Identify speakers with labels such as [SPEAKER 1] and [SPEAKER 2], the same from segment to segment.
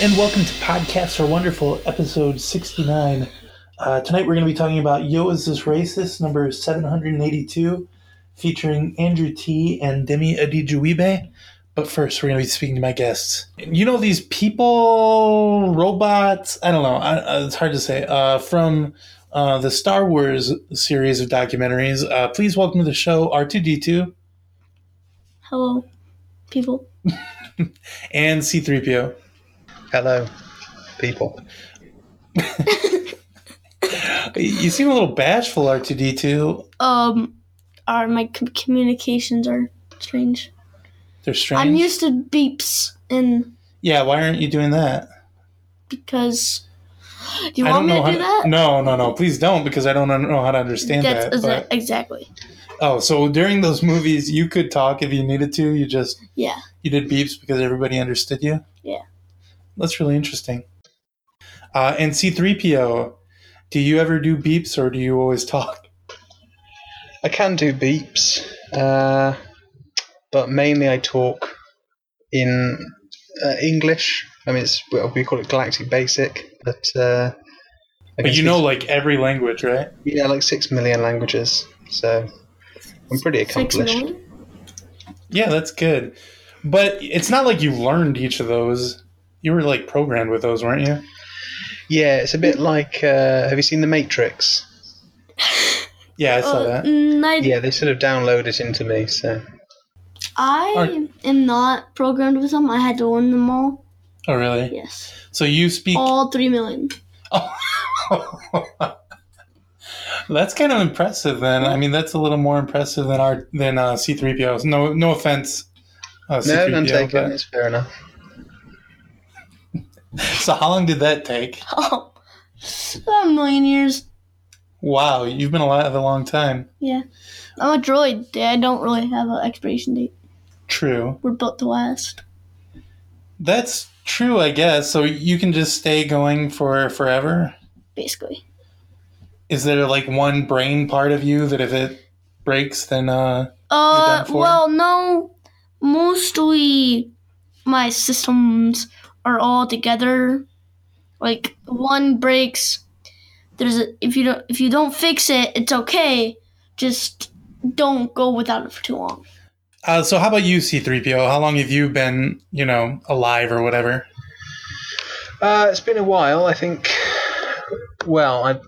[SPEAKER 1] and welcome to Podcasts Are Wonderful, episode 69. Uh, tonight we're going to be talking about Yo Is This Racist, number 782, featuring Andrew T. and Demi Adijuibe. But first, we're going to be speaking to my guests. You know, these people, robots, I don't know, I, uh, it's hard to say, uh, from uh, the Star Wars series of documentaries. Uh, please welcome to the show R2D2
[SPEAKER 2] Hello, people.
[SPEAKER 1] and C3PO.
[SPEAKER 3] Hello, people.
[SPEAKER 1] You seem a little bashful, R2D2.
[SPEAKER 2] Um, our my c- communications are strange.
[SPEAKER 1] They're strange.
[SPEAKER 2] I'm used to beeps and
[SPEAKER 1] yeah, why aren't you doing that?
[SPEAKER 2] because. Do you
[SPEAKER 1] I don't
[SPEAKER 2] want me
[SPEAKER 1] know
[SPEAKER 2] to
[SPEAKER 1] how
[SPEAKER 2] do that?
[SPEAKER 1] No, no, no. Please don't because I don't know how to understand
[SPEAKER 2] That's
[SPEAKER 1] that. but-
[SPEAKER 2] exa- exactly.
[SPEAKER 1] oh, so during those movies, you could talk if you needed to. You just
[SPEAKER 2] Yeah.
[SPEAKER 1] you did beeps because everybody understood you.
[SPEAKER 2] Yeah.
[SPEAKER 1] That's really interesting. Uh, and C3PO, do you ever do beeps or do you always talk?
[SPEAKER 3] I can do beeps, uh, but mainly I talk in uh, English. I mean, it's well, we call it Galactic Basic, but uh, I
[SPEAKER 1] But
[SPEAKER 3] can
[SPEAKER 1] you know,
[SPEAKER 3] speak-
[SPEAKER 1] like every language, right?
[SPEAKER 3] yeah, like six million languages, so I'm pretty
[SPEAKER 2] Six
[SPEAKER 3] accomplished.
[SPEAKER 2] million.
[SPEAKER 1] Yeah, that's good. But it's not like you learned each of those. You were like programmed with those, weren't you?
[SPEAKER 3] Yeah, it's a bit like uh, have you seen The Matrix?
[SPEAKER 1] Yeah, I saw
[SPEAKER 2] Uh,
[SPEAKER 1] that.
[SPEAKER 2] nine-
[SPEAKER 3] Yeah, they sort of download it into me. So
[SPEAKER 2] I am not programmed with them. I had to learn them all.
[SPEAKER 1] Oh, really?
[SPEAKER 2] Yes.
[SPEAKER 1] So you speak
[SPEAKER 2] All three million.
[SPEAKER 1] that's kind of impressive. Then I mean, that's a little more impressive than our than uh, C3PO's. No, no offense. Uh,
[SPEAKER 3] no, none
[SPEAKER 1] C3PO,
[SPEAKER 3] taken.
[SPEAKER 1] but-
[SPEAKER 3] It's fair enough.
[SPEAKER 1] So how long did that take?
[SPEAKER 2] Oh, about a million years.
[SPEAKER 1] Wow, you've been alive a long time.
[SPEAKER 2] Yeah. I'm a droid. I don't really have an expiration date.
[SPEAKER 1] True.
[SPEAKER 2] We're built to last.
[SPEAKER 1] That's true, I guess. So you can just stay going for forever.
[SPEAKER 2] basically.
[SPEAKER 1] Is there like one brain part of you that if it breaks, then uh,
[SPEAKER 2] Uh,
[SPEAKER 1] done for?
[SPEAKER 2] well, no, mostly my systems are all together. Like one breaks, there's a, if you don't if you don't fix it, it's okay. Just don't go without it for too long.
[SPEAKER 1] uh? So how about you, C3PO? How long have you been, you know, alive or whatever?
[SPEAKER 3] Uh, it's been a while. I think. Well, I,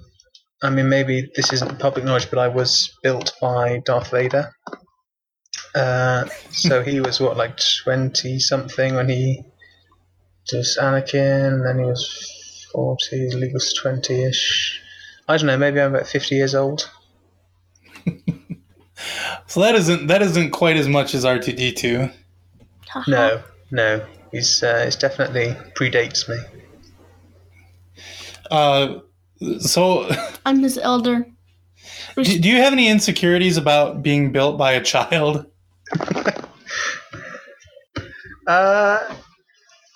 [SPEAKER 3] I mean, maybe this isn't public knowledge, but I was built by Darth Vader. Uh, so he was what, like twenty something when he was Anakin. Then he was forty. Luke was twenty-ish. I don't know. Maybe I'm about fifty years old.
[SPEAKER 1] So that isn't that isn't quite as much as R2D2.
[SPEAKER 2] Haha.
[SPEAKER 3] No, no. He's uh, it's definitely predates me.
[SPEAKER 1] Uh, so
[SPEAKER 2] I'm his elder.
[SPEAKER 1] do, do you have any insecurities about being built by a child?
[SPEAKER 3] Uh,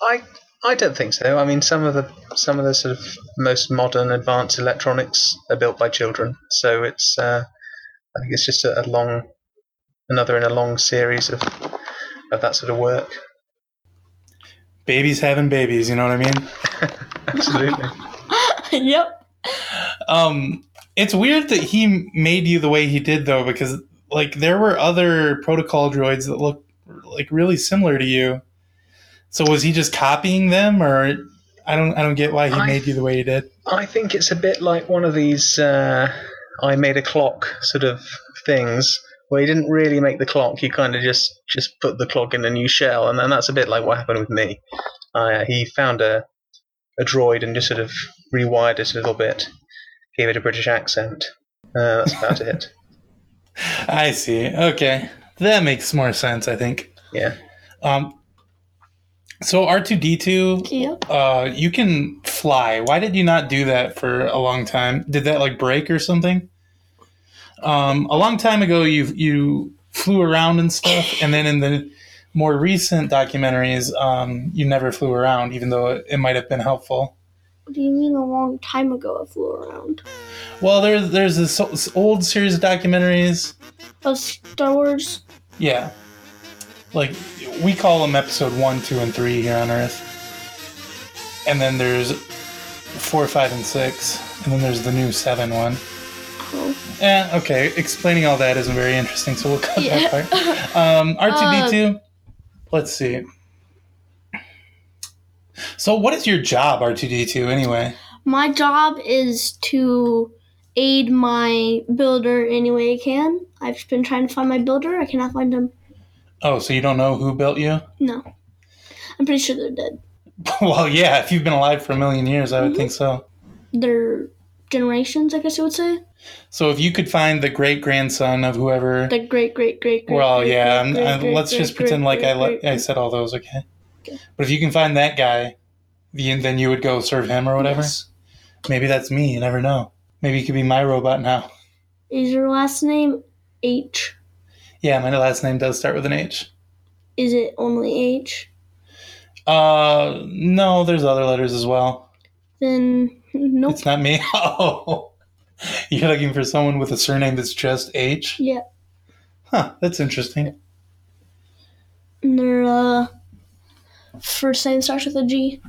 [SPEAKER 3] I I don't think so. I mean, some of the some of the sort of most modern advanced electronics are built by children, so it's uh, I think it's just a, a long another in a long series of of that sort of work.
[SPEAKER 1] Babies having babies, you know what I mean?
[SPEAKER 3] Absolutely.
[SPEAKER 2] yep.
[SPEAKER 1] Um, it's weird that he made you the way he did though, because like there were other protocol droids that looked like really similar to you. So was he just copying them, or I don't I don't get why he
[SPEAKER 3] I-
[SPEAKER 1] made you the way he did.
[SPEAKER 3] I think it's a bit like one of these uh, I made a clock sort of things where you didn't really make the clock. You kind of just just put the clock in a new shell, and then that's a bit like what happened with me. Uh, he found a a droid and just sort of rewired it a little bit, gave it a British accent. Uh, that's about it.
[SPEAKER 1] I see. Okay, that makes more sense. I think.
[SPEAKER 3] Yeah.
[SPEAKER 1] Um, so R two D two
[SPEAKER 2] Yep.
[SPEAKER 1] Uh, you can fly. Why did you not do that for a long time? Did that like break or something? Um, a long time ago, you you flew around and stuff, and then in the more recent documentaries, um, you never flew around, even though it, it might have been helpful.
[SPEAKER 2] What do you mean a long time ago I flew around?
[SPEAKER 1] Well, there's there's this o- old series of documentaries.
[SPEAKER 2] Of Star Wars?
[SPEAKER 1] Yeah, like we call them episode one, two, and three here on Earth. and then there's four, five, and six, and then there's the new seven one.
[SPEAKER 2] Cool.
[SPEAKER 1] Eh, okay. Explaining all that isn't very interesting, so we'll cut
[SPEAKER 2] Yeah.
[SPEAKER 1] that part. Um, R2D2, let's see. So, what is your job, R2D2, anyway?
[SPEAKER 2] My job is to aid my builder any way I can. I've been trying to find my builder. I cannot find him.
[SPEAKER 1] Oh, so you don't know who built you?
[SPEAKER 2] No. I'm pretty sure they're dead.
[SPEAKER 1] well, yeah, if you've been alive for a million years, I would think so.
[SPEAKER 2] They're generations, I guess you would say.
[SPEAKER 1] So, if you could find the great grandson of whoever.
[SPEAKER 2] The great, great, great, great.
[SPEAKER 1] well,
[SPEAKER 2] great,
[SPEAKER 1] yeah,
[SPEAKER 2] great,
[SPEAKER 1] I'm,
[SPEAKER 2] great,
[SPEAKER 1] i
[SPEAKER 2] great,
[SPEAKER 1] let's
[SPEAKER 2] great,
[SPEAKER 1] just
[SPEAKER 2] great,
[SPEAKER 1] pretend like
[SPEAKER 2] great,
[SPEAKER 1] I, le-
[SPEAKER 2] great,
[SPEAKER 1] I
[SPEAKER 2] great.
[SPEAKER 1] said all those, okay? But if you can find that guy, you- then you would go serve him or whatever?
[SPEAKER 2] Yes.
[SPEAKER 1] Maybe that's me, you never know. Maybe you could be my robot now.
[SPEAKER 2] Is your last name H?
[SPEAKER 1] Yeah, my last name does start with an H.
[SPEAKER 2] Is it only H?
[SPEAKER 1] Uh, no, there's other letters as well.
[SPEAKER 2] Then nope.
[SPEAKER 1] It's not me. Oh, you're looking for someone with a surname that's just H?
[SPEAKER 2] Yeah.
[SPEAKER 1] Huh, that's interesting.
[SPEAKER 2] And their uh, first name starts with a G.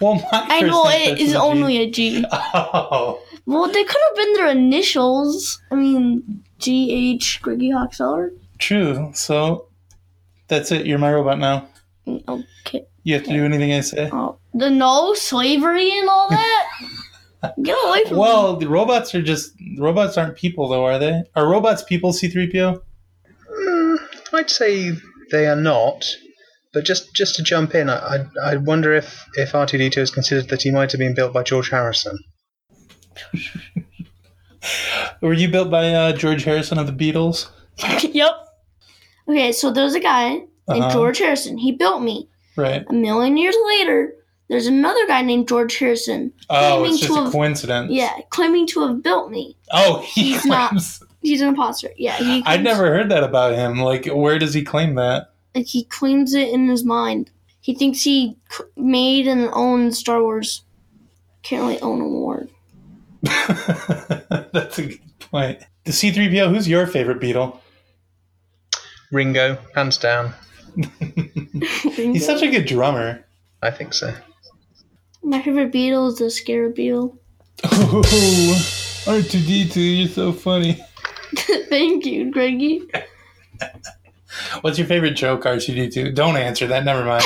[SPEAKER 1] Well, my
[SPEAKER 2] I
[SPEAKER 1] first
[SPEAKER 2] know
[SPEAKER 1] name
[SPEAKER 2] it
[SPEAKER 1] starts with
[SPEAKER 2] is
[SPEAKER 1] a G.
[SPEAKER 2] only a G.
[SPEAKER 1] Oh,
[SPEAKER 2] Well, they could have been their initials. I mean, G H Griggy Hawkseller.
[SPEAKER 1] true. So that's it. You're my robot now.
[SPEAKER 2] Okay.
[SPEAKER 1] You have to do anything I say.
[SPEAKER 2] Oh, the no slavery and all that. Get away from me.
[SPEAKER 1] Well, the robots are just robots aren't people though, are they? Are robots people? C three PO.
[SPEAKER 3] Mm, I'd say they are not. But just, just to jump in, I, I, I wonder if, if R2D2 is considered that he might have been built by George Harrison.
[SPEAKER 1] Were you built by uh, George Harrison of the Beatles?
[SPEAKER 2] yep. Okay, so there's a guy
[SPEAKER 1] Uh-huh.
[SPEAKER 2] named George Harrison. He built me.
[SPEAKER 1] Right.
[SPEAKER 2] A million years later, there's another guy named George Harrison
[SPEAKER 1] Oh,
[SPEAKER 2] claiming
[SPEAKER 1] it's just
[SPEAKER 2] to
[SPEAKER 1] a
[SPEAKER 2] have
[SPEAKER 1] coincidence.
[SPEAKER 2] yeah claiming to have built me.
[SPEAKER 1] Oh, he
[SPEAKER 2] He's not-
[SPEAKER 1] claims.
[SPEAKER 2] He's an imposter. Yeah, he.
[SPEAKER 1] I'd
[SPEAKER 2] claims-
[SPEAKER 1] never heard that about him. Like, where does he claim that?
[SPEAKER 2] Like he claims it in his mind. He thinks he c- made and owns Star Wars. Can't really own a word.
[SPEAKER 1] That's a good point. The C3PO, who's your favorite Beatle?
[SPEAKER 3] Ringo, hands down.
[SPEAKER 1] He's such a good drummer.
[SPEAKER 3] I think so.
[SPEAKER 2] My favorite Beatle is the Scarab Beetle.
[SPEAKER 1] Oh, R2D2, you're so funny.
[SPEAKER 2] Thank you, Greggy.
[SPEAKER 1] What's your favorite joke, R2D2? Don't answer that. Never mind.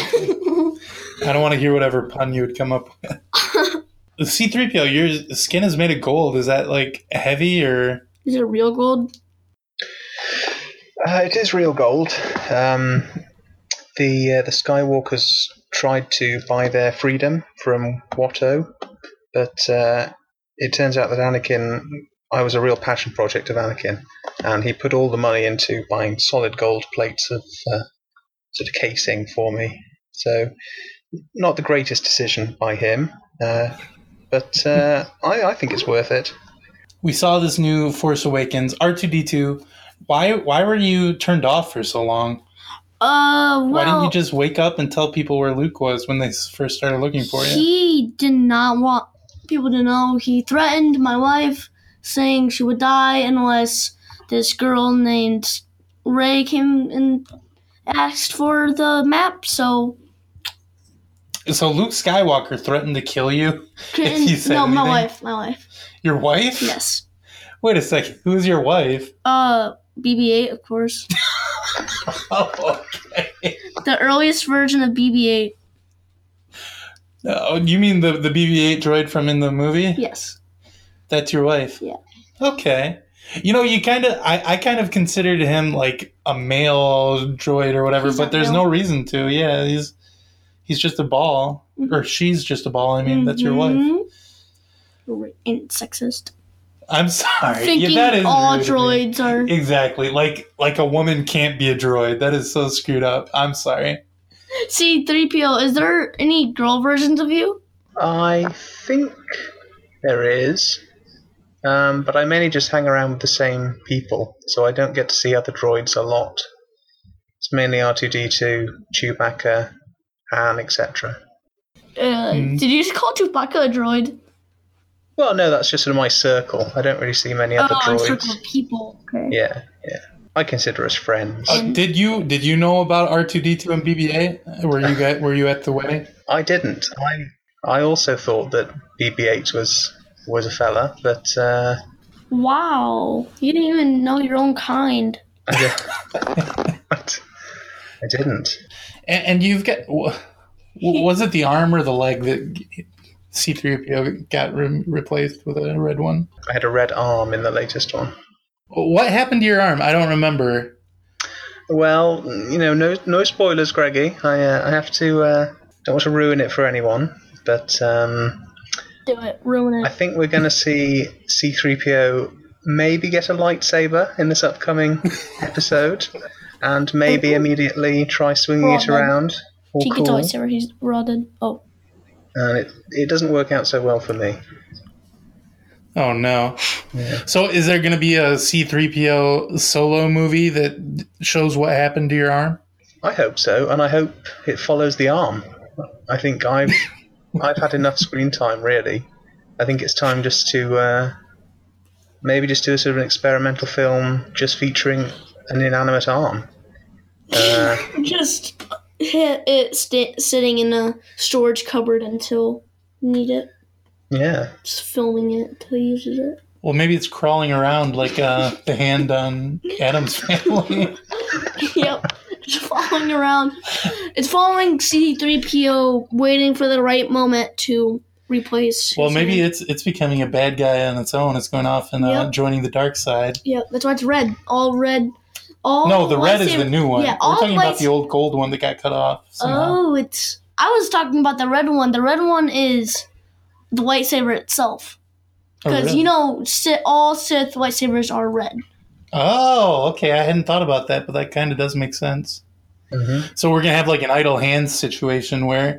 [SPEAKER 1] I don't want to hear whatever pun you would come up with. The C3PO, your skin is made of gold. Is that like heavy or.
[SPEAKER 2] Is it real gold?
[SPEAKER 3] Uh, it is real gold. Um, the uh, the Skywalkers tried to buy their freedom from Watto, but uh, it turns out that Anakin. I was a real passion project of Anakin, and he put all the money into buying solid gold plates of uh, sort of casing for me. So, not the greatest decision by him, uh, but uh, I, I think it's worth it.
[SPEAKER 1] we saw this new Force Awakens R2D2. Why why were you turned off for so long?
[SPEAKER 2] Uh, well,
[SPEAKER 1] why didn't you just wake up and tell people where Luke was when they s- first started looking for you?
[SPEAKER 2] he did not want people to know. He threatened my wife, saying she would die unless this girl named Ray came and asked for the map. So,
[SPEAKER 1] So Luke Skywalker threatened to kill you,
[SPEAKER 2] and-
[SPEAKER 1] you said
[SPEAKER 2] no, my
[SPEAKER 1] anything?
[SPEAKER 2] wife, my wife.
[SPEAKER 1] your wife.
[SPEAKER 2] Yes.
[SPEAKER 1] Wait a second, who's your wife?
[SPEAKER 2] Uh, BB-8, of course.
[SPEAKER 1] Oh, okay.
[SPEAKER 2] the earliest version of BB-8.
[SPEAKER 1] Oh, you mean the the BB-8 droid from in the movie?
[SPEAKER 2] Yes.
[SPEAKER 1] That's your wife.
[SPEAKER 2] Yeah.
[SPEAKER 1] Okay. You know, you kind of, I, I kind of considered him like a male droid or whatever,
[SPEAKER 2] He's
[SPEAKER 1] but
[SPEAKER 2] not
[SPEAKER 1] there's
[SPEAKER 2] male.
[SPEAKER 1] no reason to. Yeah, he's he's just a ball,
[SPEAKER 2] Mhm.
[SPEAKER 1] or she's just a ball. I mean, that's your
[SPEAKER 2] Mm-hmm.
[SPEAKER 1] wife.
[SPEAKER 2] wife. And sexist.
[SPEAKER 1] I'm sorry.
[SPEAKER 2] Thinking
[SPEAKER 1] yeah, that is
[SPEAKER 2] all
[SPEAKER 1] rude of me.
[SPEAKER 2] droids are.
[SPEAKER 1] Exactly. Like like a woman can't be a droid. That is so screwed up. I'm sorry.
[SPEAKER 2] See, 3PO, is there any girl versions of you?
[SPEAKER 3] I think there is, um, but I mainly just hang around with the same people, so I don't get to see other droids a lot. It's mainly R two D two, Chewbacca, Han, etc.
[SPEAKER 2] Uh,
[SPEAKER 1] Hmm.
[SPEAKER 2] Did you just call Chewbacca a droid?
[SPEAKER 3] Well, no, that's just in my circle. I don't really see many other
[SPEAKER 2] oh, a
[SPEAKER 3] droids.
[SPEAKER 2] circle of people. Okay.
[SPEAKER 3] Yeah, yeah. I consider us friends.
[SPEAKER 1] Uh,
[SPEAKER 2] And-
[SPEAKER 1] did you did you know about R two D two and BB eight? Were you guys, were you at the wedding?
[SPEAKER 3] I didn't. I I also thought that BB-8 was was a fella, but uh,
[SPEAKER 2] Wow, you didn't even know your own kind.
[SPEAKER 3] I, di- but I didn't.
[SPEAKER 1] And, and you've got. w- w- Was it the arm or the leg that C3PO got re- replaced with a red one?
[SPEAKER 3] I had a red arm in the latest one.
[SPEAKER 1] What happened to your arm? I don't remember.
[SPEAKER 3] Well, you know, no no spoilers, Greggy. I uh, I have to uh, don't want to ruin it for anyone, but um,
[SPEAKER 2] Do it, ruin
[SPEAKER 3] I
[SPEAKER 2] it.
[SPEAKER 3] think we're going to see C-3PO maybe get a lightsaber in this upcoming episode, and maybe immediately try swinging it
[SPEAKER 2] Well, then,
[SPEAKER 3] around. All
[SPEAKER 2] She gets
[SPEAKER 3] cool.
[SPEAKER 2] lightsaber. He's rotted. Oh,
[SPEAKER 3] And it it doesn't work out so well for me.
[SPEAKER 1] Oh no.
[SPEAKER 3] Yeah.
[SPEAKER 1] So is there going to be a C3PO solo movie that shows what happened to your arm?
[SPEAKER 3] I hope so, and I hope it follows the arm. I think I've I've had enough screen time really. I think it's time just to uh, maybe just do a sort of an experimental film just featuring an inanimate arm. Uh,
[SPEAKER 2] just hit it sta sitting in a storage cupboard until you need it.
[SPEAKER 3] yeah,
[SPEAKER 2] Just filming it until you use it.
[SPEAKER 1] Well, maybe it's crawling around like uh, the hand on Adam's family.
[SPEAKER 2] yep. Just following around. It's following C3PO, waiting for the right moment to replace.
[SPEAKER 1] well,
[SPEAKER 2] his
[SPEAKER 1] maybe
[SPEAKER 2] hand.
[SPEAKER 1] it's it's becoming a bad guy on its own. It's going off and uh,
[SPEAKER 2] Yep.
[SPEAKER 1] joining the dark side.
[SPEAKER 2] Yep, that's why it's red. All red. All
[SPEAKER 1] no, the red is
[SPEAKER 2] lightsaber-
[SPEAKER 1] the new one.
[SPEAKER 2] Yeah,
[SPEAKER 1] We're
[SPEAKER 2] all
[SPEAKER 1] talking about
[SPEAKER 2] lightsa-
[SPEAKER 1] the old gold one that got cut off. Somehow.
[SPEAKER 2] Oh, it's. I was talking about the red one. The red one is the lightsaber itself. Because,
[SPEAKER 1] Oh, really?
[SPEAKER 2] you know, Sith, all Sith lightsabers are red.
[SPEAKER 1] Oh, okay. I hadn't thought about that, but that kind of does make sense.
[SPEAKER 3] hmm
[SPEAKER 1] So we're gonna have like an idle hands situation where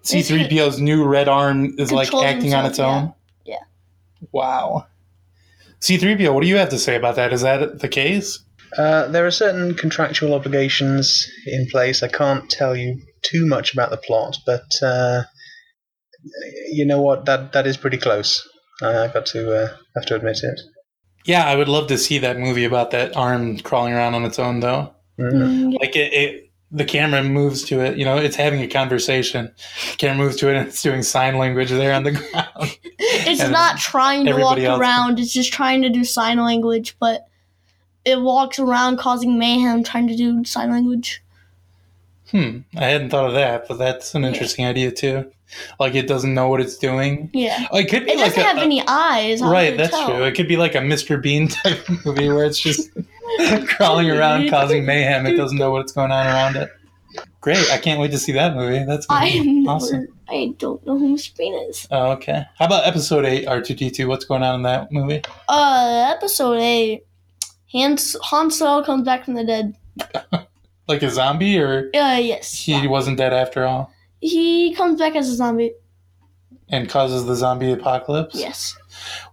[SPEAKER 1] C-3PO's new red arm is like
[SPEAKER 2] Controls
[SPEAKER 1] acting on its
[SPEAKER 2] himself,
[SPEAKER 1] own.
[SPEAKER 2] yeah.
[SPEAKER 1] Wow. C-3PO, what do you have to say about that? Is that the case?
[SPEAKER 3] Uh, there are certain contractual obligations in place. I can't tell you too much about the plot, but uh, you know what? That that is pretty close. I I got to uh, have to admit it.
[SPEAKER 1] Yeah, I would love to see that movie about that arm crawling around on its own, though.
[SPEAKER 3] Mm.
[SPEAKER 1] Like it, it the camera moves to it. You know, it's having a conversation. camera moves to it, and it's doing sign language there on the ground.
[SPEAKER 2] It's
[SPEAKER 1] And
[SPEAKER 2] not trying to walk
[SPEAKER 1] everybody else-
[SPEAKER 2] around, it's just trying to do sign language, but it walks around causing mayhem trying to do sign language.
[SPEAKER 1] Hmm, I hadn't thought of that, but that's an interesting idea too. Like it doesn't know what it's doing.
[SPEAKER 2] Yeah.
[SPEAKER 1] Oh, It could be
[SPEAKER 2] It
[SPEAKER 1] like
[SPEAKER 2] doesn't
[SPEAKER 1] a-
[SPEAKER 2] have any eyes. how would
[SPEAKER 1] right
[SPEAKER 2] it
[SPEAKER 1] that's
[SPEAKER 2] tell?
[SPEAKER 1] true it could be like a mr bean type movie where it's just crawling around causing mayhem it doesn't know what's going on around it great i can't wait to see that movie that's gonna
[SPEAKER 2] I
[SPEAKER 1] be
[SPEAKER 2] am never,
[SPEAKER 1] awesome
[SPEAKER 2] I don't know who Spain is.
[SPEAKER 1] oh, okay how about episode 8 r2d2 what's going on in that movie
[SPEAKER 2] Uh, episode eight. Han, Han Solo comes back from the dead.
[SPEAKER 1] like a zombie or
[SPEAKER 2] Uh, yes.
[SPEAKER 1] he wasn't dead after all
[SPEAKER 2] He comes back as a zombie.
[SPEAKER 1] and causes the zombie apocalypse
[SPEAKER 2] Yes.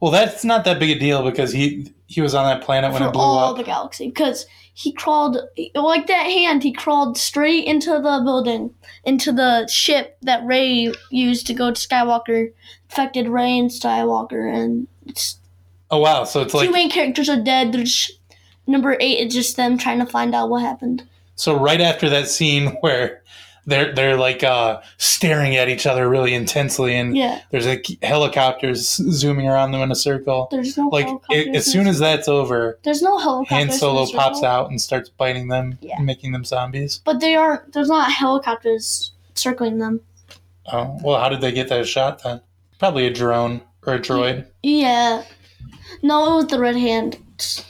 [SPEAKER 1] well that's not that big a deal because he he was on that planet when
[SPEAKER 2] for
[SPEAKER 1] it blew
[SPEAKER 2] all
[SPEAKER 1] up
[SPEAKER 2] the galaxy because he crawled like that hand. He crawled straight into the building, into the ship that Ray used to go to Skywalker. Affected Ray and Skywalker, and it's,
[SPEAKER 1] oh wow so it's like
[SPEAKER 2] two main characters are dead. There's number eight is just them trying to find out what happened.
[SPEAKER 1] So right after that scene where they're they're like uh, staring at each other really intensely, and
[SPEAKER 2] Yeah,
[SPEAKER 1] there's like helicopters zooming around them in a circle.
[SPEAKER 2] there's no
[SPEAKER 1] Like
[SPEAKER 2] helicopters.
[SPEAKER 1] it, as soon as that's over,
[SPEAKER 2] there's no helicopters.
[SPEAKER 1] Han
[SPEAKER 2] in
[SPEAKER 1] Solo
[SPEAKER 2] this
[SPEAKER 1] pops
[SPEAKER 2] circle,
[SPEAKER 1] out and starts biting them,
[SPEAKER 2] Yeah.
[SPEAKER 1] making them zombies.
[SPEAKER 2] but they are there's not helicopters circling them.
[SPEAKER 1] Oh well, how did they get that shot then? Probably a drone or a droid.
[SPEAKER 2] Yeah, no, it was the red hand.
[SPEAKER 1] No, it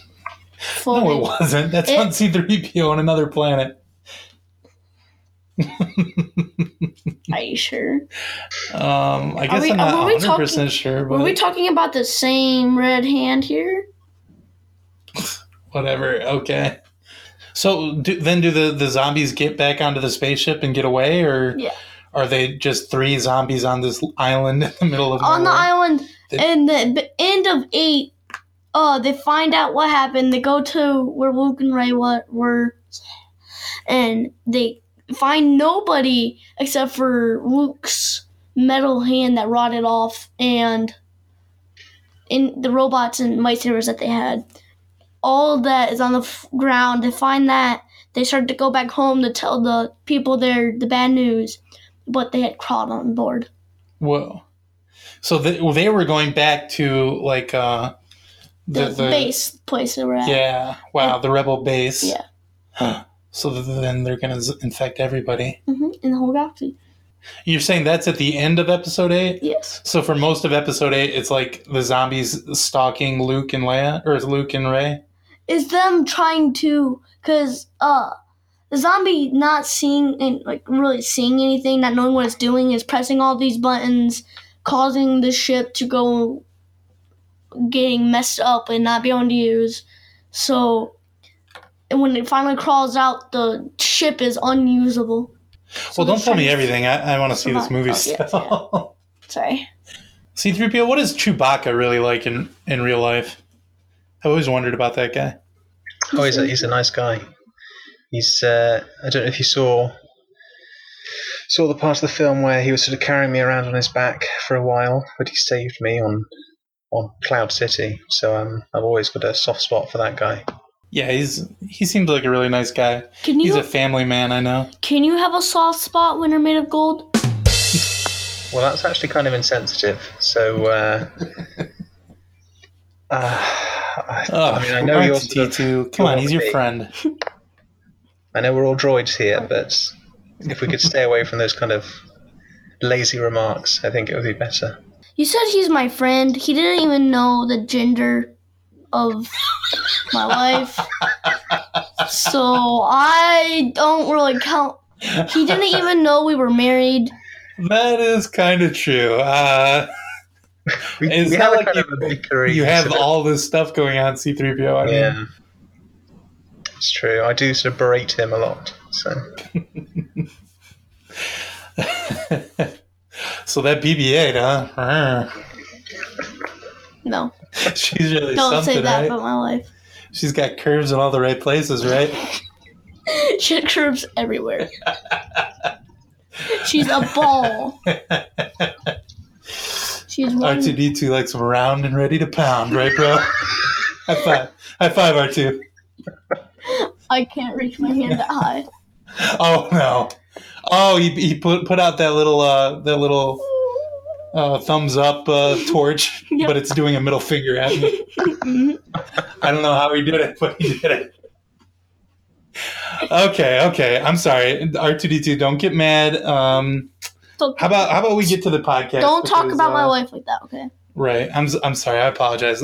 [SPEAKER 2] Floating.
[SPEAKER 1] wasn't. That's on
[SPEAKER 2] It-
[SPEAKER 1] C-3PO on another planet.
[SPEAKER 2] Are you sure?
[SPEAKER 1] Um, I guess
[SPEAKER 2] we-
[SPEAKER 1] I'm not
[SPEAKER 2] were we
[SPEAKER 1] 100
[SPEAKER 2] talking-
[SPEAKER 1] percent sure,
[SPEAKER 2] Were
[SPEAKER 1] but
[SPEAKER 2] we talking about the same red hand here?
[SPEAKER 1] whatever. Okay. So do, then, do the the zombies get back onto the spaceship and get away, or
[SPEAKER 2] Yeah.
[SPEAKER 1] are they just three zombies on this island in the middle of
[SPEAKER 2] On the
[SPEAKER 1] nowhere?
[SPEAKER 2] island,
[SPEAKER 1] They-
[SPEAKER 2] and the b- end of eight, uh, they find out what happened. They go to where Luke and Ray wa- were, and they find nobody except for Luke's metal hand that rotted off, and in the robots and lightsabers that they had. All that is on the f- ground. They find that they start to go back home to tell the people there the bad news, but they had crawled on board.
[SPEAKER 1] Whoa. So they, well, they were going back to like uh,
[SPEAKER 2] The, base place that we're at.
[SPEAKER 1] Yeah. Wow. The rebel base.
[SPEAKER 2] Yeah.
[SPEAKER 1] So th- then they're gonna z- infect everybody.
[SPEAKER 2] hmm In the whole galaxy.
[SPEAKER 1] You're saying that's at the end of episode eight.
[SPEAKER 2] Yes.
[SPEAKER 1] So for most of episode eight, it's like the zombies stalking Luke and Leia, or is Luke and Ray?
[SPEAKER 2] It's them trying to, cause uh, the zombie not seeing and like really seeing anything, not knowing what it's doing, is pressing all these buttons, causing the ship to go getting messed up and not be able to use. So, and when it finally crawls out, the ship is unusable. So
[SPEAKER 1] well, don't
[SPEAKER 2] they're
[SPEAKER 1] tell me
[SPEAKER 2] trying to-
[SPEAKER 1] everything. I, I want to see this
[SPEAKER 2] Survive.
[SPEAKER 1] movie
[SPEAKER 2] Oh, yeah,
[SPEAKER 1] still.
[SPEAKER 2] Sorry.
[SPEAKER 1] C-3PO, what is Chewbacca really like in, in real life? I always wondered about that guy.
[SPEAKER 3] Oh, he's a, he's a nice guy. He's uh, I don't know if you saw saw the part of the film where he was sort of carrying me around on his back for a while, but he saved me on on Cloud City. So um, I've always got a soft spot for that guy.
[SPEAKER 1] Yeah, he's he seems like a really nice guy.
[SPEAKER 2] Can
[SPEAKER 1] He's
[SPEAKER 2] you
[SPEAKER 1] a family man, I know.
[SPEAKER 2] can you have a soft spot when you're made of gold?
[SPEAKER 3] Well, that's actually kind of insensitive. So. Uh, uh, I,
[SPEAKER 1] Oh,
[SPEAKER 3] I mean, I know you're. Sort of,
[SPEAKER 1] T2. Come on, he's your
[SPEAKER 3] me.
[SPEAKER 1] friend.
[SPEAKER 3] I know we're all droids here, but if we could stay away from those kind of lazy remarks, I think it would be better.
[SPEAKER 2] You said he's my friend. He didn't even know the gender of my wife. So I don't really count. He didn't even know we were married.
[SPEAKER 1] That is kind of true. Uh,
[SPEAKER 3] We,
[SPEAKER 1] It's
[SPEAKER 3] we
[SPEAKER 1] not
[SPEAKER 3] have a
[SPEAKER 1] like
[SPEAKER 3] kind
[SPEAKER 1] you-
[SPEAKER 3] of a bakery.
[SPEAKER 1] you have
[SPEAKER 3] sort of-
[SPEAKER 1] all this stuff going on, C-3PO. I mean,
[SPEAKER 3] Yeah. It's true. I do sort of berate him a lot. So
[SPEAKER 1] So that BB-8, huh?
[SPEAKER 2] No,
[SPEAKER 1] She's really
[SPEAKER 2] don't
[SPEAKER 1] something,
[SPEAKER 2] say that
[SPEAKER 1] right?
[SPEAKER 2] about my wife.
[SPEAKER 1] She's got curves in all the right places, right?
[SPEAKER 2] She had curves everywhere. She's a ball. She's one.
[SPEAKER 1] R2D2 likes round and ready to pound, right, bro? High five. High five, R2.
[SPEAKER 2] I can't reach my hand that high.
[SPEAKER 1] Oh no. Oh, he, he put put out that little uh that little uh, thumbs up uh, torch,
[SPEAKER 2] Yep.
[SPEAKER 1] but it's doing a middle finger at me. I don't know how he did it, but he did it. Okay, okay. I'm sorry, R two D two. Don't get mad. Um,
[SPEAKER 2] So
[SPEAKER 1] how about how about we get to the podcast?
[SPEAKER 2] don't talk
[SPEAKER 1] because,
[SPEAKER 2] about my
[SPEAKER 1] uh,
[SPEAKER 2] wife like that, okay?
[SPEAKER 1] Right. I'm s- I'm sorry. I apologize.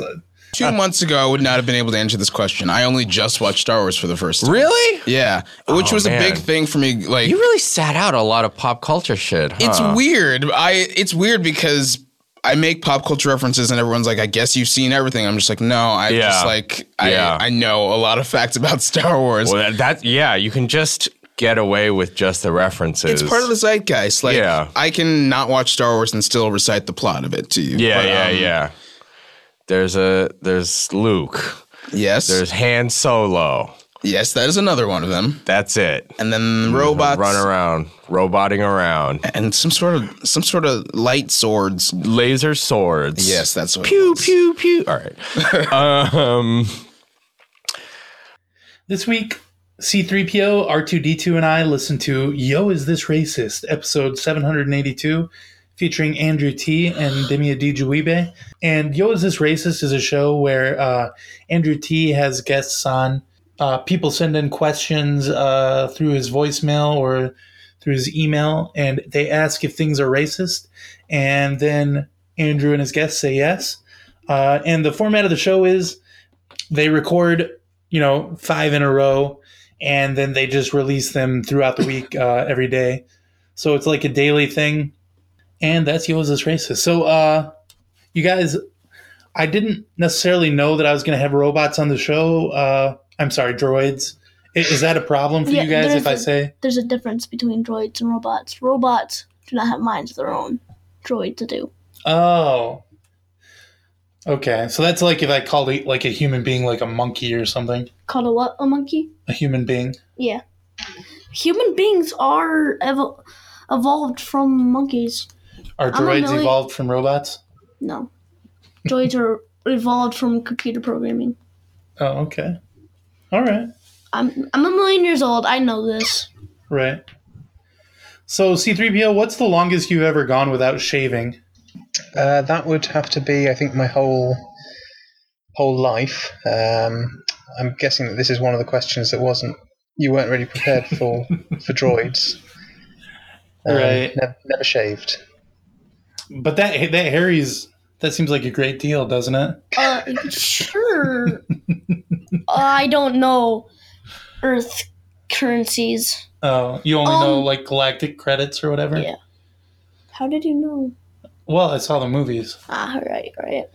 [SPEAKER 4] Two months ago, I would not have been able to answer this question. I only just watched Star Wars for the first time. Really? Yeah, which
[SPEAKER 5] Oh,
[SPEAKER 4] was a big
[SPEAKER 5] man.
[SPEAKER 4] thing for me. Like,
[SPEAKER 5] You really sat out a lot of pop culture shit.
[SPEAKER 4] it's
[SPEAKER 5] huh?
[SPEAKER 4] weird. I it's weird because I make pop culture references, and everyone's like, "I guess you've seen everything." I'm just like, "No, I
[SPEAKER 5] Yeah.
[SPEAKER 4] just like I
[SPEAKER 5] Yeah.
[SPEAKER 4] I know a lot of facts about Star Wars."
[SPEAKER 5] Well, that, that yeah, you can just get away with just the
[SPEAKER 4] it's
[SPEAKER 5] references.
[SPEAKER 4] part of the zeitgeist. Like,
[SPEAKER 5] Yeah.
[SPEAKER 4] I can not watch Star Wars and still recite the plot of it to you.
[SPEAKER 5] yeah,
[SPEAKER 4] But,
[SPEAKER 5] yeah,
[SPEAKER 4] um,
[SPEAKER 5] yeah. There's a there's Luke.
[SPEAKER 4] Yes,
[SPEAKER 5] There's Han Solo.
[SPEAKER 4] yes, that is another one of them.
[SPEAKER 5] That's it.
[SPEAKER 4] And then robots
[SPEAKER 5] Mm-hmm. Run around, roboting around,
[SPEAKER 4] and some sort of some sort of light swords.
[SPEAKER 5] laser swords.
[SPEAKER 4] Yes, that's what. it
[SPEAKER 5] Pew
[SPEAKER 4] was.
[SPEAKER 5] pew pew. All right. um.
[SPEAKER 1] This week, C3PO, R2D2, and I listened to Yo Is This Racist, episode 782, featuring Andrew T and Demi Adijuibe. And Yo Is This Racist is a show where uh, Andrew T has guests on. Uh, people send in questions uh, through his voicemail or through his email, and they ask if things are racist. And then Andrew and his guests say yes. Uh, and the format of the show is they record you know, five in a row, and then they just release them throughout the week uh, every day. So it's like a daily thing, and that's Yo's is racist. So, uh, you guys, I didn't necessarily know that I was going to have robots on the show. Uh, I'm sorry, droids. I- Is that a problem for
[SPEAKER 2] Yeah,
[SPEAKER 1] you guys
[SPEAKER 2] there
[SPEAKER 1] if I
[SPEAKER 2] is a-
[SPEAKER 1] say?
[SPEAKER 2] There's a difference between droids and robots. Robots do not have minds of their own. Droids do.
[SPEAKER 1] Oh. Okay, so that's like if I called it like a human being like a monkey or something.
[SPEAKER 2] Called a what? A monkey?
[SPEAKER 1] A human being.
[SPEAKER 2] Yeah. Human beings are evo- evolved from monkeys.
[SPEAKER 1] Are
[SPEAKER 2] I'm a
[SPEAKER 1] droids
[SPEAKER 2] million-
[SPEAKER 1] evolved from robots?
[SPEAKER 2] No. droids are evolved from computer programming.
[SPEAKER 1] Oh, okay. All right.
[SPEAKER 2] I'm I'm a million years old. I know this.
[SPEAKER 1] Right. So C3PO, what's the longest you've ever gone without shaving?
[SPEAKER 3] Uh, that would have to be, I think, my whole whole life. Um, I'm guessing that this is one of the questions that wasn't you weren't really prepared for for droids.
[SPEAKER 1] Right.
[SPEAKER 3] Never, never shaved.
[SPEAKER 1] But that that Harry's that seems like a great deal, doesn't it?
[SPEAKER 2] Uh, sure. I don't know Earth currencies.
[SPEAKER 1] Oh, you only know
[SPEAKER 2] Um,
[SPEAKER 1] like galactic credits or whatever.
[SPEAKER 2] yeah. How did you know?
[SPEAKER 1] Well, I saw the movies.
[SPEAKER 2] Ah, right, right.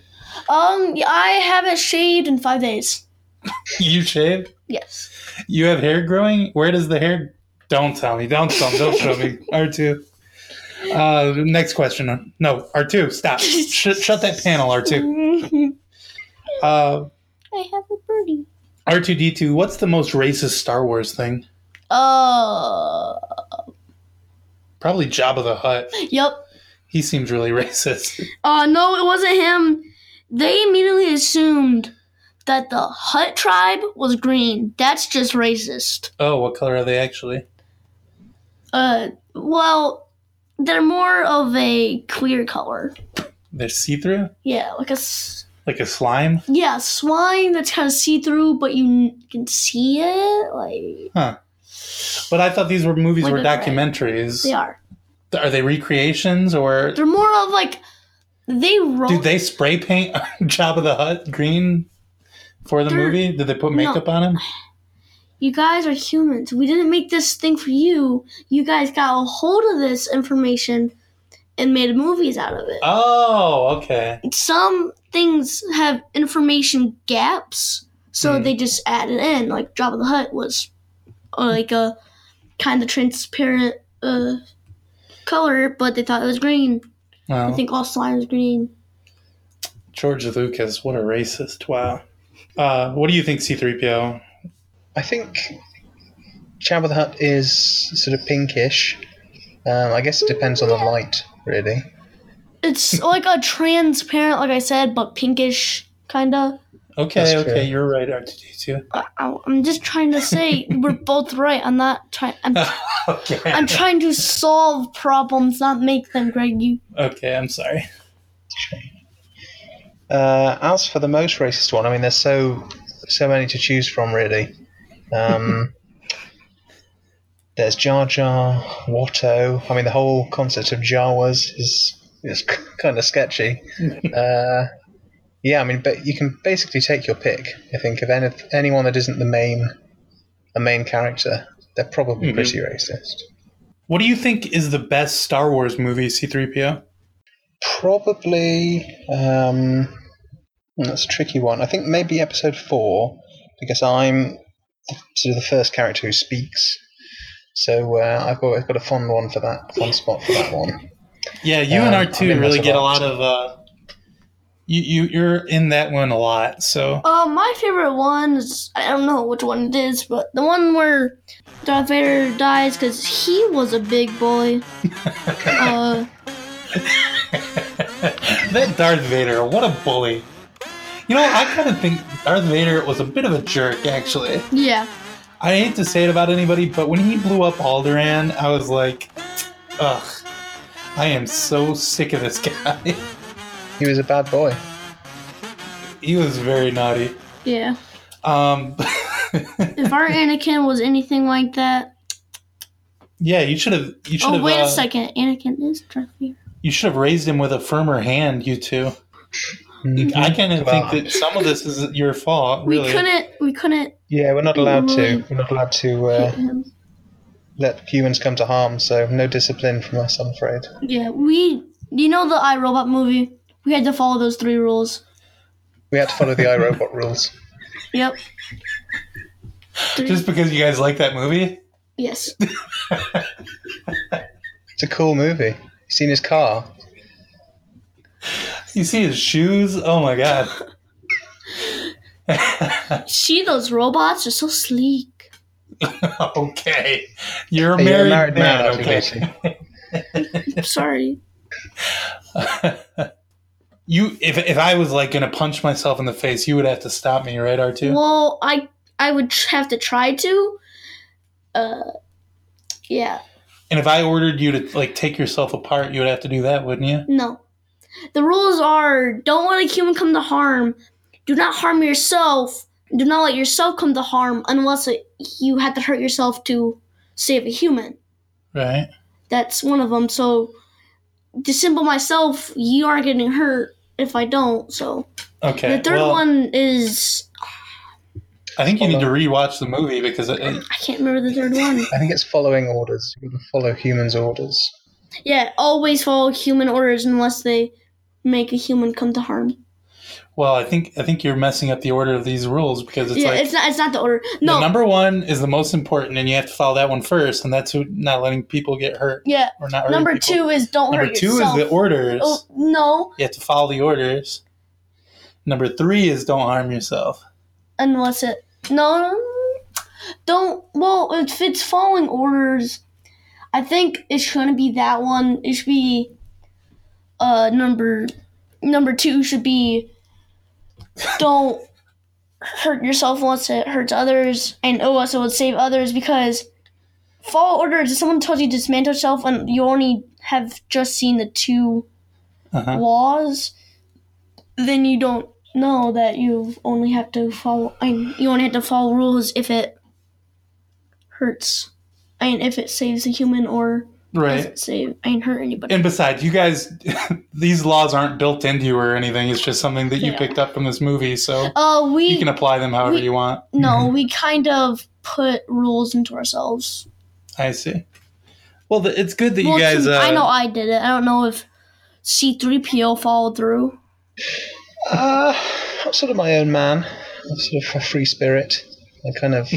[SPEAKER 2] Um, yeah, I haven't shaved in five days.
[SPEAKER 1] You shave?
[SPEAKER 2] Yes.
[SPEAKER 1] You have hair growing? Where does the hair? Don't tell me. Don't tell me. Don't show me. R two. Uh, next question. No, R two. Stop. Sh- shut that panel. R two.
[SPEAKER 2] I
[SPEAKER 1] Uh,
[SPEAKER 2] have a birdie.
[SPEAKER 1] R two D two. What's the most racist Star Wars thing?
[SPEAKER 2] Uh,
[SPEAKER 1] Probably Jabba the Hutt.
[SPEAKER 2] yep.
[SPEAKER 1] He seems really racist.
[SPEAKER 2] Uh, no, it wasn't him. They immediately assumed that the Hut tribe was green. That's just racist.
[SPEAKER 1] Oh, what color are they actually?
[SPEAKER 2] Uh, well, they're more of a clear color.
[SPEAKER 1] They're see through,
[SPEAKER 2] Yeah, like a s-
[SPEAKER 1] like a slime.
[SPEAKER 2] yeah swine that's kind of see through, but you n- can see it. Like
[SPEAKER 1] But I thought these were movies
[SPEAKER 2] Like
[SPEAKER 1] were
[SPEAKER 2] a drag.
[SPEAKER 1] documentaries.
[SPEAKER 2] they are.
[SPEAKER 1] Are they recreations or
[SPEAKER 2] They're more of like they roll.
[SPEAKER 1] Did they spray paint Jabba the Hutt green for the
[SPEAKER 2] They're-
[SPEAKER 1] movie? Did they put
[SPEAKER 2] No.
[SPEAKER 1] makeup on him?
[SPEAKER 2] you guys are humans. We didn't make this thing for you. You guys got a hold of this information and made movies out of it.
[SPEAKER 1] Oh, okay.
[SPEAKER 2] some things have information gaps, so
[SPEAKER 1] Hmm.
[SPEAKER 2] they just add it in. Like Jabba the Hutt was uh, like a kind of transparent uh, color, but they thought it was green. I
[SPEAKER 1] Well,
[SPEAKER 2] think all slime is green.
[SPEAKER 1] George Lucas, what a racist. Wow. Uh, what do you think, C3PO?
[SPEAKER 3] I think Jabba the Hutt is sort of pinkish. Um, I guess it depends on the light, really.
[SPEAKER 2] It's like a transparent, like I said, but pinkish kind of.
[SPEAKER 1] Okay,
[SPEAKER 3] That's true.
[SPEAKER 1] okay, you're right, R2D2.
[SPEAKER 2] I'm just trying to say we're both right. I'm not trying. I'm,
[SPEAKER 1] okay.
[SPEAKER 2] I'm trying to solve problems, not make them. Greg, you
[SPEAKER 1] okay, I'm sorry.
[SPEAKER 3] Uh, as for the most racist one, I mean, there's so so many to choose from, really. Um, there's Jar Jar, Watto. I mean, the whole concept of Jawas is is kind of sketchy. uh, yeah, I mean, but you can basically take your pick. I think of any, anyone that isn't the main a main character, they're probably
[SPEAKER 1] Mhm.
[SPEAKER 3] pretty racist.
[SPEAKER 1] What do you think is the best Star Wars movie, C3PO?
[SPEAKER 3] Probably. Um, hmm, that's a tricky one. I think maybe episode four, because I'm sort of the first character who speaks. So uh, I've always got a fond one for that, fond spot for that one.
[SPEAKER 1] Yeah, you
[SPEAKER 3] Um,
[SPEAKER 1] and
[SPEAKER 3] I
[SPEAKER 1] R2
[SPEAKER 3] mean,
[SPEAKER 1] really
[SPEAKER 3] that's
[SPEAKER 1] get a lot
[SPEAKER 3] about-
[SPEAKER 1] of. Uh, you, you, you're in that one a lot, so.
[SPEAKER 2] Uh, my favorite one is I don't know which one it is, but the one where Darth Vader dies because he was a big boy. uh,
[SPEAKER 1] That Darth Vader, what a bully. You know, I kind of think Darth Vader was a bit of a jerk, actually.
[SPEAKER 2] yeah,
[SPEAKER 1] I hate to say it about anybody, but when he blew up Alderaan, I was like, ugh, I am so sick of this guy.
[SPEAKER 3] He was a bad boy.
[SPEAKER 1] he was very naughty.
[SPEAKER 2] yeah.
[SPEAKER 1] Um,
[SPEAKER 2] If our Anakin was anything like that,
[SPEAKER 1] yeah, you should have. You should
[SPEAKER 2] oh
[SPEAKER 1] have.
[SPEAKER 2] wait
[SPEAKER 1] uh,
[SPEAKER 2] a second, Anakin is Darth Vader.
[SPEAKER 1] You should have raised him with a firmer hand, you two. I kind of
[SPEAKER 3] Well-
[SPEAKER 1] think that some of this is your fault, really.
[SPEAKER 2] We couldn't, we couldn't
[SPEAKER 3] Yeah, we're not allowed to. We're not allowed to
[SPEAKER 2] hit
[SPEAKER 3] uh,
[SPEAKER 2] him.
[SPEAKER 3] let humans come to harm. So no discipline from us, I'm afraid.
[SPEAKER 2] Yeah, we. You know the iRobot movie? We had to follow those three rules.
[SPEAKER 3] We had to follow the iRobot rules.
[SPEAKER 2] Yep. Three-
[SPEAKER 1] Just because you guys like that movie?
[SPEAKER 2] yes.
[SPEAKER 3] It's a cool movie. You seen his car?
[SPEAKER 1] You see his shoes? Oh my god.
[SPEAKER 2] See those robots are so sleek.
[SPEAKER 1] Okay, you're a
[SPEAKER 3] Hey,
[SPEAKER 1] married,
[SPEAKER 3] you're a married
[SPEAKER 1] man.
[SPEAKER 3] man,
[SPEAKER 1] okay,
[SPEAKER 3] obviously.
[SPEAKER 2] Sorry.
[SPEAKER 1] you. If if I was like gonna punch myself in the face, you would have to stop me, right, R two?
[SPEAKER 2] Well, I I would tr- have to try to. Uh, yeah.
[SPEAKER 1] And if I ordered you to like take yourself apart, you would have to do that, wouldn't you?
[SPEAKER 2] No. The rules are don't let a human come to harm, do not harm yourself, do not let yourself come to harm unless it, you had to hurt yourself to save a human.
[SPEAKER 1] Right.
[SPEAKER 2] That's one of them. So, to symbol myself, you aren't getting hurt if I don't. So,
[SPEAKER 1] Okay.
[SPEAKER 2] the third
[SPEAKER 1] well,
[SPEAKER 2] one is
[SPEAKER 1] I think you need
[SPEAKER 3] Hold
[SPEAKER 1] to rewatch the movie because it, it-
[SPEAKER 2] I can't remember the third one.
[SPEAKER 3] I think it's following orders. You've got to follow humans' orders.
[SPEAKER 2] Yeah, always follow human orders unless they make a human come to harm.
[SPEAKER 1] well, I think I think you're messing up the order of these rules because it's
[SPEAKER 2] yeah,
[SPEAKER 1] like
[SPEAKER 2] it's not. It's not the order. No.
[SPEAKER 1] the number one is the most important, and you have to follow that one first, and that's who, not letting people get hurt
[SPEAKER 2] yeah.
[SPEAKER 1] or not. hurting
[SPEAKER 2] Number
[SPEAKER 1] people.
[SPEAKER 2] two is don't
[SPEAKER 1] Number
[SPEAKER 2] hurt
[SPEAKER 1] two
[SPEAKER 2] yourself.
[SPEAKER 1] is the orders.
[SPEAKER 2] Oh no,
[SPEAKER 1] You have to follow the orders. Number three is don't harm yourself.
[SPEAKER 2] unless it no, no, no. don't. Well, if it's following orders, I think it shouldn't be that one. It should be uh number number two should be don't hurt yourself unless it hurts others, and unless it would save others because. Follow orders. If someone tells you to dismantle yourself, and you only have just seen the two
[SPEAKER 1] Uh-huh.
[SPEAKER 2] laws, then you don't know that you only have to follow. I mean, you only have to follow rules if it hurts, I mean, if it saves a human or
[SPEAKER 1] Right.
[SPEAKER 2] doesn't save, I mean, hurt anybody.
[SPEAKER 1] And besides, you guys, these laws aren't built into you or anything. It's just something that you
[SPEAKER 2] Yeah.
[SPEAKER 1] picked up from this movie, so
[SPEAKER 2] uh,
[SPEAKER 1] you
[SPEAKER 2] we
[SPEAKER 1] can apply them however
[SPEAKER 2] we-
[SPEAKER 1] you want.
[SPEAKER 2] no, we kind of put rules into ourselves.
[SPEAKER 1] I see. Well, the, it's good that
[SPEAKER 2] Well,
[SPEAKER 1] you guys.
[SPEAKER 2] some-
[SPEAKER 1] Uh,
[SPEAKER 2] I know I did it. I don't know if C three PO followed through.
[SPEAKER 3] Uh, I'm sort of my own man. I'm sort of a free spirit. I kind of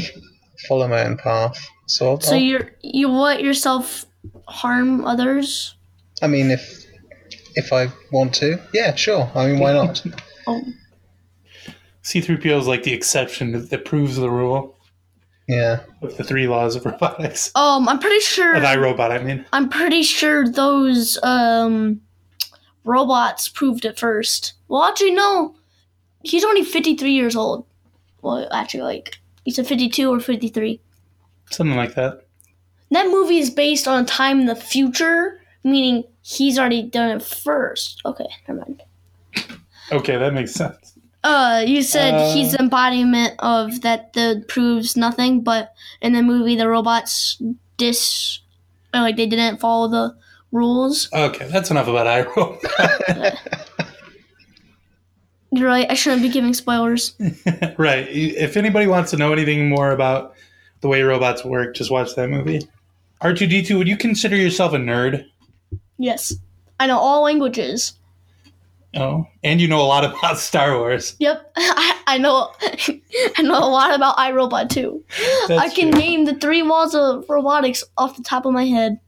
[SPEAKER 3] follow my own path. So, I'll,
[SPEAKER 1] Oh.
[SPEAKER 2] So you're you let yourself harm others.
[SPEAKER 3] I mean, if if I want to, yeah, sure. I mean, why not?
[SPEAKER 2] Oh,
[SPEAKER 1] C-3PO is like the exception that, that proves the rule
[SPEAKER 3] Yeah.
[SPEAKER 1] of the three laws of robotics.
[SPEAKER 2] um, I'm pretty sure.
[SPEAKER 1] Of iRobot, I mean.
[SPEAKER 2] I'm pretty sure those um robots proved it first. Well, actually, no. He's only 53 years old. Well, actually, like he's a 52 or 53.
[SPEAKER 1] Something like that.
[SPEAKER 2] That movie is based on a time in the future, meaning he's already done it first. Okay, never mind.
[SPEAKER 1] Okay, that makes sense.
[SPEAKER 2] Uh, you said
[SPEAKER 1] Uh,
[SPEAKER 2] he's the embodiment of that. The proves nothing, but in the movie, the robots dis like they didn't follow the rules.
[SPEAKER 1] Okay, that's enough about iRobot.
[SPEAKER 2] You're right. I shouldn't be giving spoilers.
[SPEAKER 1] right. If anybody wants to know anything more about the way robots work, just watch that movie. R2D2, would you consider yourself a nerd?
[SPEAKER 2] Yes. I know all languages.
[SPEAKER 1] Oh, and you know a lot about Star Wars.
[SPEAKER 2] Yep. I, I know I know a lot about iRobot too. I
[SPEAKER 1] That's
[SPEAKER 2] can
[SPEAKER 1] true.
[SPEAKER 2] name the three laws of robotics off the top of my head.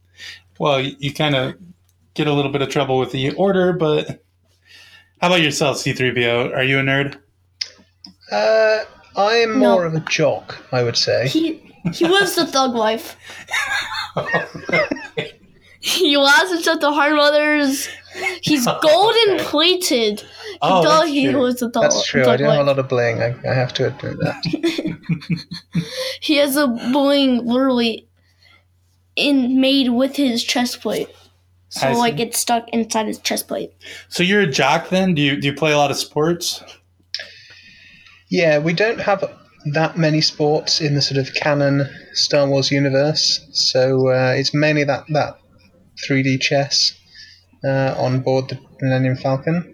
[SPEAKER 1] Well, you, you kind of get a little bit of trouble with the order, but how about yourself, C3PO? Are you a nerd?
[SPEAKER 3] Uh, I'm
[SPEAKER 2] No.
[SPEAKER 3] more of a jock, I would say.
[SPEAKER 2] He he lives the thug life. he allows himself to harm others. He's golden plated. He
[SPEAKER 1] Oh,
[SPEAKER 2] does-
[SPEAKER 1] that's
[SPEAKER 2] he
[SPEAKER 1] true.
[SPEAKER 2] lives the thug,
[SPEAKER 3] That's true. I
[SPEAKER 2] thug
[SPEAKER 3] do have a
[SPEAKER 2] life.
[SPEAKER 3] lot of bling. I, I have to admit that.
[SPEAKER 2] He has a bling literally in made with his chest plate. So
[SPEAKER 1] I see.
[SPEAKER 2] like it's stuck inside his chest plate.
[SPEAKER 1] So you're a jock then? Do you do you play a lot of sports?
[SPEAKER 3] Yeah, we don't have that many sports in the sort of canon Star Wars universe, so uh, it's mainly that that 3D chess uh, on board the Millennium Falcon.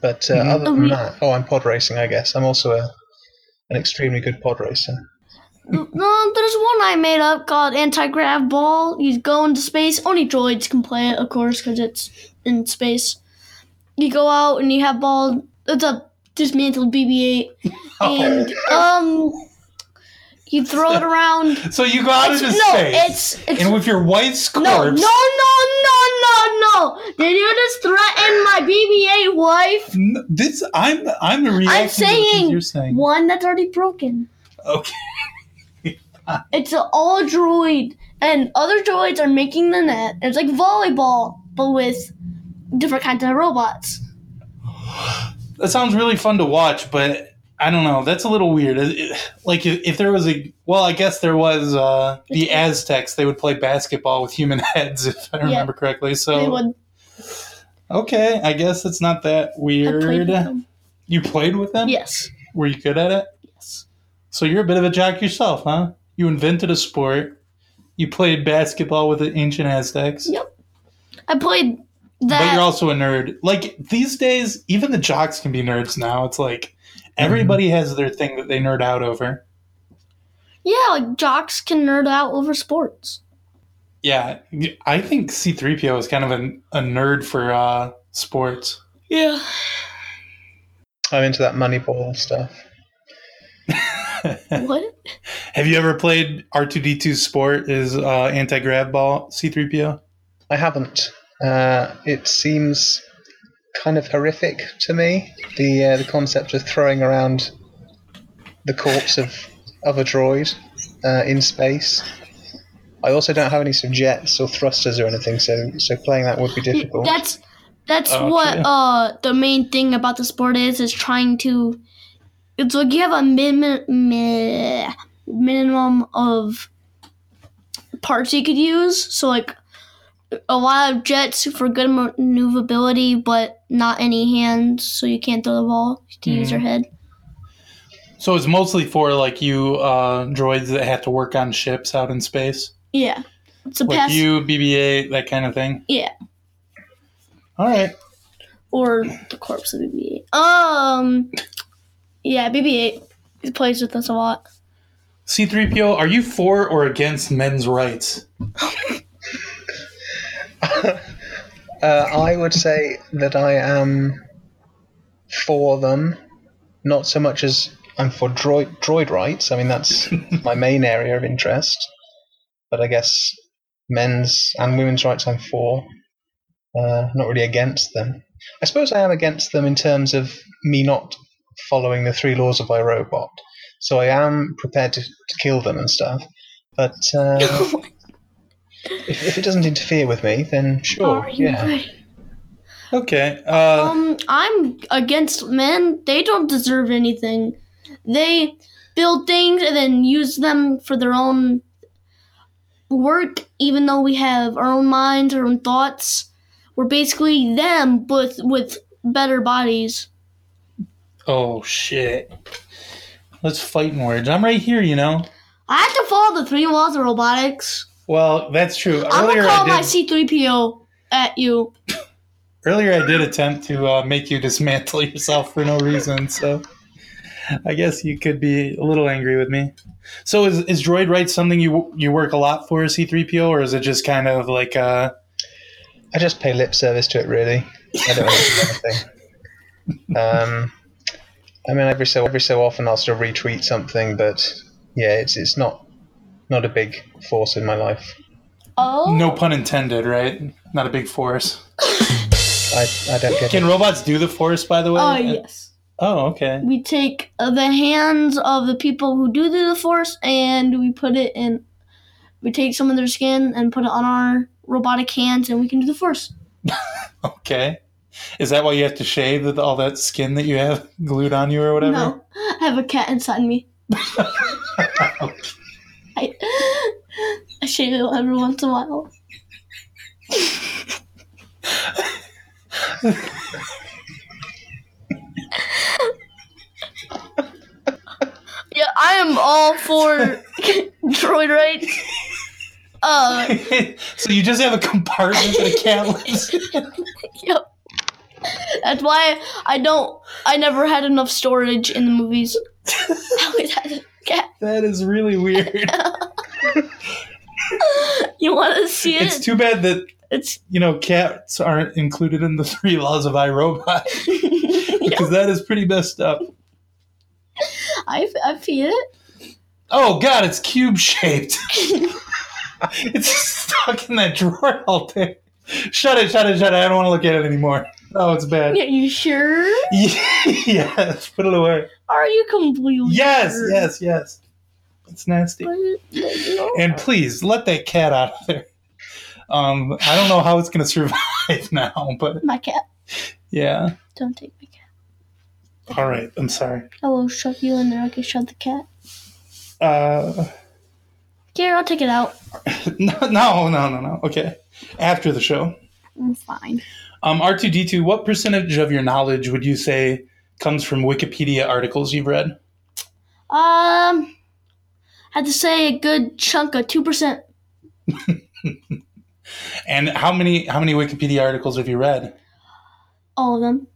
[SPEAKER 3] But uh, other
[SPEAKER 2] Oh,
[SPEAKER 3] than
[SPEAKER 2] we-
[SPEAKER 3] that, oh, I'm pod racing, I guess. I'm also a an extremely good pod racer.
[SPEAKER 2] No, there's one I made up called anti-grav ball. You go into space. Only droids can play it, of course, because it's in space. You go out and you have ball. It's a dismantled BB-8, and um, you throw it around.
[SPEAKER 1] So you go out
[SPEAKER 2] It's-
[SPEAKER 1] into
[SPEAKER 2] no,
[SPEAKER 1] space,
[SPEAKER 2] it's it's
[SPEAKER 1] and with your white scorps,
[SPEAKER 2] no, no, no, no, no. Did you just threaten my BB-8 wife?
[SPEAKER 1] N- this I'm I'm the reaction.
[SPEAKER 2] I'm saying,
[SPEAKER 1] you're saying.
[SPEAKER 2] one that's already broken.
[SPEAKER 1] Okay.
[SPEAKER 2] It's an all droid, and other droids are making the net. It's like volleyball, but with different kinds of robots.
[SPEAKER 1] That sounds really fun to watch, but I don't know. That's a little weird. It- it- Like if if there was a well, I guess there was uh, the Aztecs. They would play basketball with human heads, if I remember correctly.
[SPEAKER 2] They
[SPEAKER 1] So
[SPEAKER 2] would
[SPEAKER 1] okay, I guess it's not that
[SPEAKER 2] I played
[SPEAKER 1] weird.
[SPEAKER 2] with them.
[SPEAKER 1] you played with them?
[SPEAKER 2] Yes.
[SPEAKER 1] Were you good at it?
[SPEAKER 2] Yes.
[SPEAKER 1] So you're a bit of a jock yourself, huh? You invented a sport. You played basketball with the ancient Aztecs.
[SPEAKER 2] Yep. I played
[SPEAKER 1] But
[SPEAKER 2] that.
[SPEAKER 1] you're also a nerd. Like these days, even the jocks can be nerds now. It's like everybody has their thing that they nerd out over.
[SPEAKER 2] yeah, like jocks can nerd out over sports.
[SPEAKER 1] Yeah, I think C3PO is kind of a, a nerd for uh, sports.
[SPEAKER 2] Yeah.
[SPEAKER 3] I'm into that Moneyball stuff.
[SPEAKER 2] What?
[SPEAKER 1] Have you ever played R2D2 Sport is uh, anti grav ball C3PO?
[SPEAKER 3] I haven't. Uh, it seems kind of horrific to me. The uh, the concept of throwing around the corpse of of a droid uh, in space. I also don't have any sort of jets or thrusters or anything, so so playing that would be difficult.
[SPEAKER 2] That's that's
[SPEAKER 1] Oh, Okay.
[SPEAKER 2] what uh the main thing about the sport is is trying to. It's like you have a min, mi- minimum of parts you could use. So like a lot of jets for good maneuverability, but not any hands, so you can't throw the ball. You have to use your
[SPEAKER 1] Hmm.
[SPEAKER 2] head.
[SPEAKER 1] So it's mostly for like you uh, droids that have to work on ships out in space,
[SPEAKER 2] Yeah, it's a
[SPEAKER 1] like
[SPEAKER 2] pass
[SPEAKER 1] you, BB-8, that kind of thing.
[SPEAKER 2] Yeah.
[SPEAKER 1] All right.
[SPEAKER 2] or the corpse of BB-8. Um, yeah, BB-8 he plays with us a lot.
[SPEAKER 1] C3PO, are you for or against men's rights?
[SPEAKER 3] Uh, I would say that I am for them, not so much as I'm for droid, droid rights. I mean, that's my main area of interest. But I guess men's and women's rights I'm for, uh, not really against them. I suppose I am against them in terms of me not following the three laws of iRobot. So I am prepared to, to kill them and stuff. But uh, if, if it doesn't interfere with me, then sure.
[SPEAKER 2] Are you
[SPEAKER 3] yeah.
[SPEAKER 2] ready?
[SPEAKER 1] Okay. Uh,
[SPEAKER 2] Um, I'm against men. They don't deserve anything. They build things and then use them for their own work, even though we have our own minds, our own thoughts. We're basically them, but with better bodies.
[SPEAKER 1] oh, shit. Let's fight in words. I'm right here, you know.
[SPEAKER 2] I have to follow the three laws of robotics.
[SPEAKER 1] Well, that's true.
[SPEAKER 2] I'm
[SPEAKER 1] Earlier
[SPEAKER 2] gonna
[SPEAKER 1] I
[SPEAKER 2] call
[SPEAKER 1] did.
[SPEAKER 2] my C3PO at you.
[SPEAKER 1] Earlier, I did attempt to uh, make you dismantle yourself for no reason, so I guess you could be a little angry with me. So, is, is droid rights something you you work a lot for, C three PO, or is it just kind of like uh,
[SPEAKER 3] I just pay lip service to it, really. I don't really do anything. Um, I mean, every so every so often I'll sort of retweet something, but yeah, it's it's not not a big force in my life.
[SPEAKER 2] Oh,
[SPEAKER 1] no pun intended, right? Not a big force.
[SPEAKER 3] I, I don't get
[SPEAKER 1] Can
[SPEAKER 3] it.
[SPEAKER 1] robots do the force? By the way.
[SPEAKER 2] Oh yes.
[SPEAKER 1] Oh, okay.
[SPEAKER 2] we take uh, the hands of the people who do do the force and we put it in we take some of their skin and put it on our robotic hands and we can do the force
[SPEAKER 1] Okay. Is that why you have to shave with all that skin that you have glued on you or whatever?
[SPEAKER 2] no i have a cat inside me i i shave it every once in a while yeah i am all for droid rights uh
[SPEAKER 1] so you just have a compartment that a cat lives in?
[SPEAKER 2] Yep. That's why I don't. I never had enough storage in the movies. I always had a cat.
[SPEAKER 1] That is really weird.
[SPEAKER 2] You want to see it?
[SPEAKER 1] It's too bad that
[SPEAKER 2] It's-
[SPEAKER 1] you know cats aren't included in the three laws of iRobot because that is pretty messed up.
[SPEAKER 2] I I feel it.
[SPEAKER 1] Oh god, it's cube shaped. it's stuck in that drawer all day. Shut it, shut it, shut it. I don't want to look at it anymore. Oh, it's bad.
[SPEAKER 2] Are you sure?
[SPEAKER 1] yes, put it away.
[SPEAKER 2] Are you completely?
[SPEAKER 1] Yes,
[SPEAKER 2] sure?
[SPEAKER 1] yes, yes. It's nasty. And please let that cat out of there. Um, I don't know how it's gonna survive now, but
[SPEAKER 2] My cat.
[SPEAKER 1] yeah.
[SPEAKER 2] Don't take my cat.
[SPEAKER 1] All right, I'm sorry.
[SPEAKER 2] I will shove you in there like I shoved the cat.
[SPEAKER 1] Uh,
[SPEAKER 2] Here, I'll take it out.
[SPEAKER 1] no, no, no, no, no. Okay, after the show.
[SPEAKER 2] I'm fine.
[SPEAKER 1] Um, R2D2, what percentage of your knowledge would you say comes from Wikipedia articles you've read?
[SPEAKER 2] Um, had to say a good chunk of two percent.
[SPEAKER 1] And how many how many Wikipedia articles have you read?
[SPEAKER 2] All of them.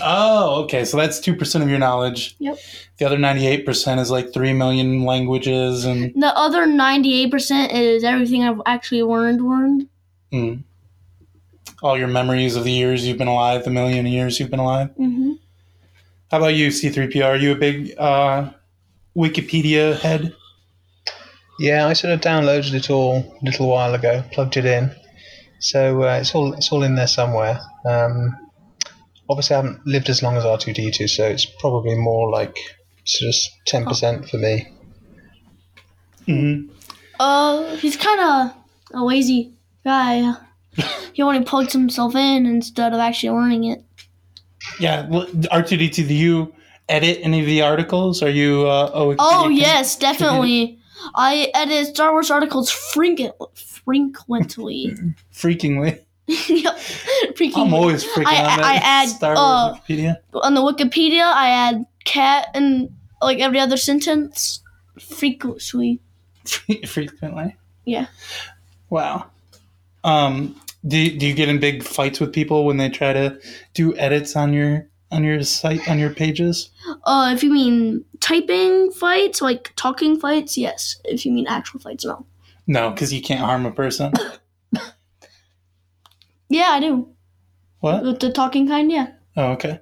[SPEAKER 1] Oh, okay. So that's two percent of your knowledge.
[SPEAKER 2] Yep.
[SPEAKER 1] The other ninety eight percent is like three million languages and
[SPEAKER 2] The other ninety-eight percent is everything I've actually learned. Learned.
[SPEAKER 1] mm, all your memories of the years you've been alive, the million years you've been alive.
[SPEAKER 2] Mm-hmm.
[SPEAKER 1] How about you, C3PO? Are you a big uh, Wikipedia head?
[SPEAKER 3] Yeah, I sort of downloaded it all a little while ago, plugged it in, so uh, it's all it's all in there somewhere. Um, obviously, I haven't lived as long as R two D two, so it's probably more like sort of ten percent for me.
[SPEAKER 1] hmm
[SPEAKER 2] Uh, he's kind of a lazy guy. he only plugs himself in instead of actually learning it.
[SPEAKER 1] Yeah. well, R2D2, do you edit any of the articles? Are you uh, a Wikipedia
[SPEAKER 2] Oh
[SPEAKER 1] con-
[SPEAKER 2] yes, definitely. I edit Star Wars articles frequent, frequently.
[SPEAKER 1] Freakingly.
[SPEAKER 2] yep, freaking.
[SPEAKER 1] I'm always freaking
[SPEAKER 2] I-
[SPEAKER 1] on that
[SPEAKER 2] I add,
[SPEAKER 1] Star Wars
[SPEAKER 2] uh,
[SPEAKER 1] Wikipedia.
[SPEAKER 2] on the Wikipedia, I add cat and like every other sentence frequently.
[SPEAKER 1] frequently.
[SPEAKER 2] Yeah.
[SPEAKER 1] Wow. Um, do do you get in big fights with people when they try to do edits on your on your site on your pages?
[SPEAKER 2] Uh, if you mean typing fights, like talking fights, yes. If you mean actual fights, no.
[SPEAKER 1] No, because you can't harm a person.
[SPEAKER 2] Yeah, I do.
[SPEAKER 1] What?
[SPEAKER 2] With the talking kind, yeah.
[SPEAKER 1] Oh, okay.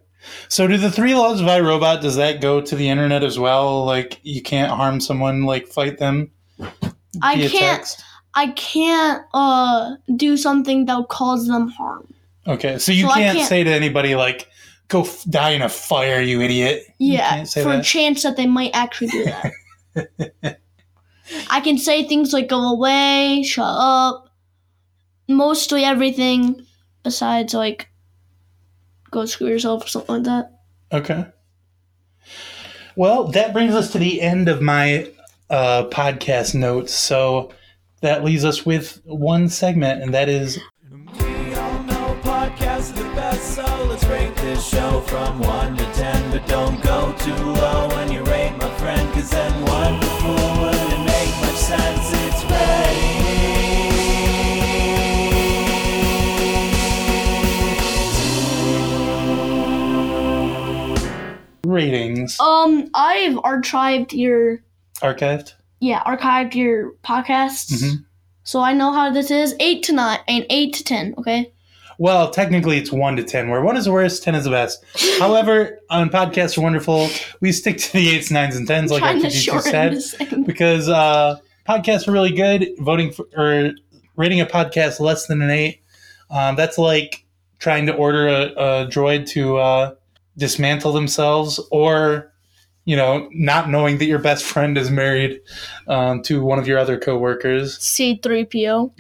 [SPEAKER 1] So, do the three laws of iRobot? Does that go to the internet as well? Like, you can't harm someone. Like, fight them.
[SPEAKER 2] I
[SPEAKER 1] via
[SPEAKER 2] can't.
[SPEAKER 1] text?
[SPEAKER 2] I can't uh do something that'll cause them harm.
[SPEAKER 1] Okay, so you
[SPEAKER 2] So I
[SPEAKER 1] can't,
[SPEAKER 2] can't-
[SPEAKER 1] say to anybody like, "Go f- die in a fire, you idiot." You
[SPEAKER 2] Yeah,
[SPEAKER 1] can't say
[SPEAKER 2] for a
[SPEAKER 1] that.
[SPEAKER 2] chance that they might actually do that. I can say things like "go away," "shut up," mostly everything besides like "go screw yourself" or something like that.
[SPEAKER 1] Okay. Well, that brings us to the end of my uh, podcast notes. So that leaves us with one segment, and that is
[SPEAKER 6] We all know podcasts are the best, so let's rate this show from 1 to 10. But don't go too low when you rate my friend, cause then wonderful wouldn't make much sense. It's rating.
[SPEAKER 1] ratings
[SPEAKER 2] Um, I've archived your
[SPEAKER 1] archived.
[SPEAKER 2] yeah archived your podcasts,
[SPEAKER 1] Mhm.
[SPEAKER 2] so I know how this is eight to nine and eight to ten. Okay,
[SPEAKER 1] Well, technically, it's one to ten, where one is the worst, ten is the best. However, on podcasts are wonderful, we stick to the eights, nines, and tens, like
[SPEAKER 2] trying
[SPEAKER 1] I
[SPEAKER 2] to
[SPEAKER 1] just
[SPEAKER 2] shorten
[SPEAKER 1] said.
[SPEAKER 2] this thing.
[SPEAKER 1] because uh, podcasts are really good. Voting for or rating a podcast less than an eight, um, that's like trying to order a, a droid to uh, dismantle themselves, or you know, not knowing that your best friend is married um, to one of your other coworkers.
[SPEAKER 2] C3PO.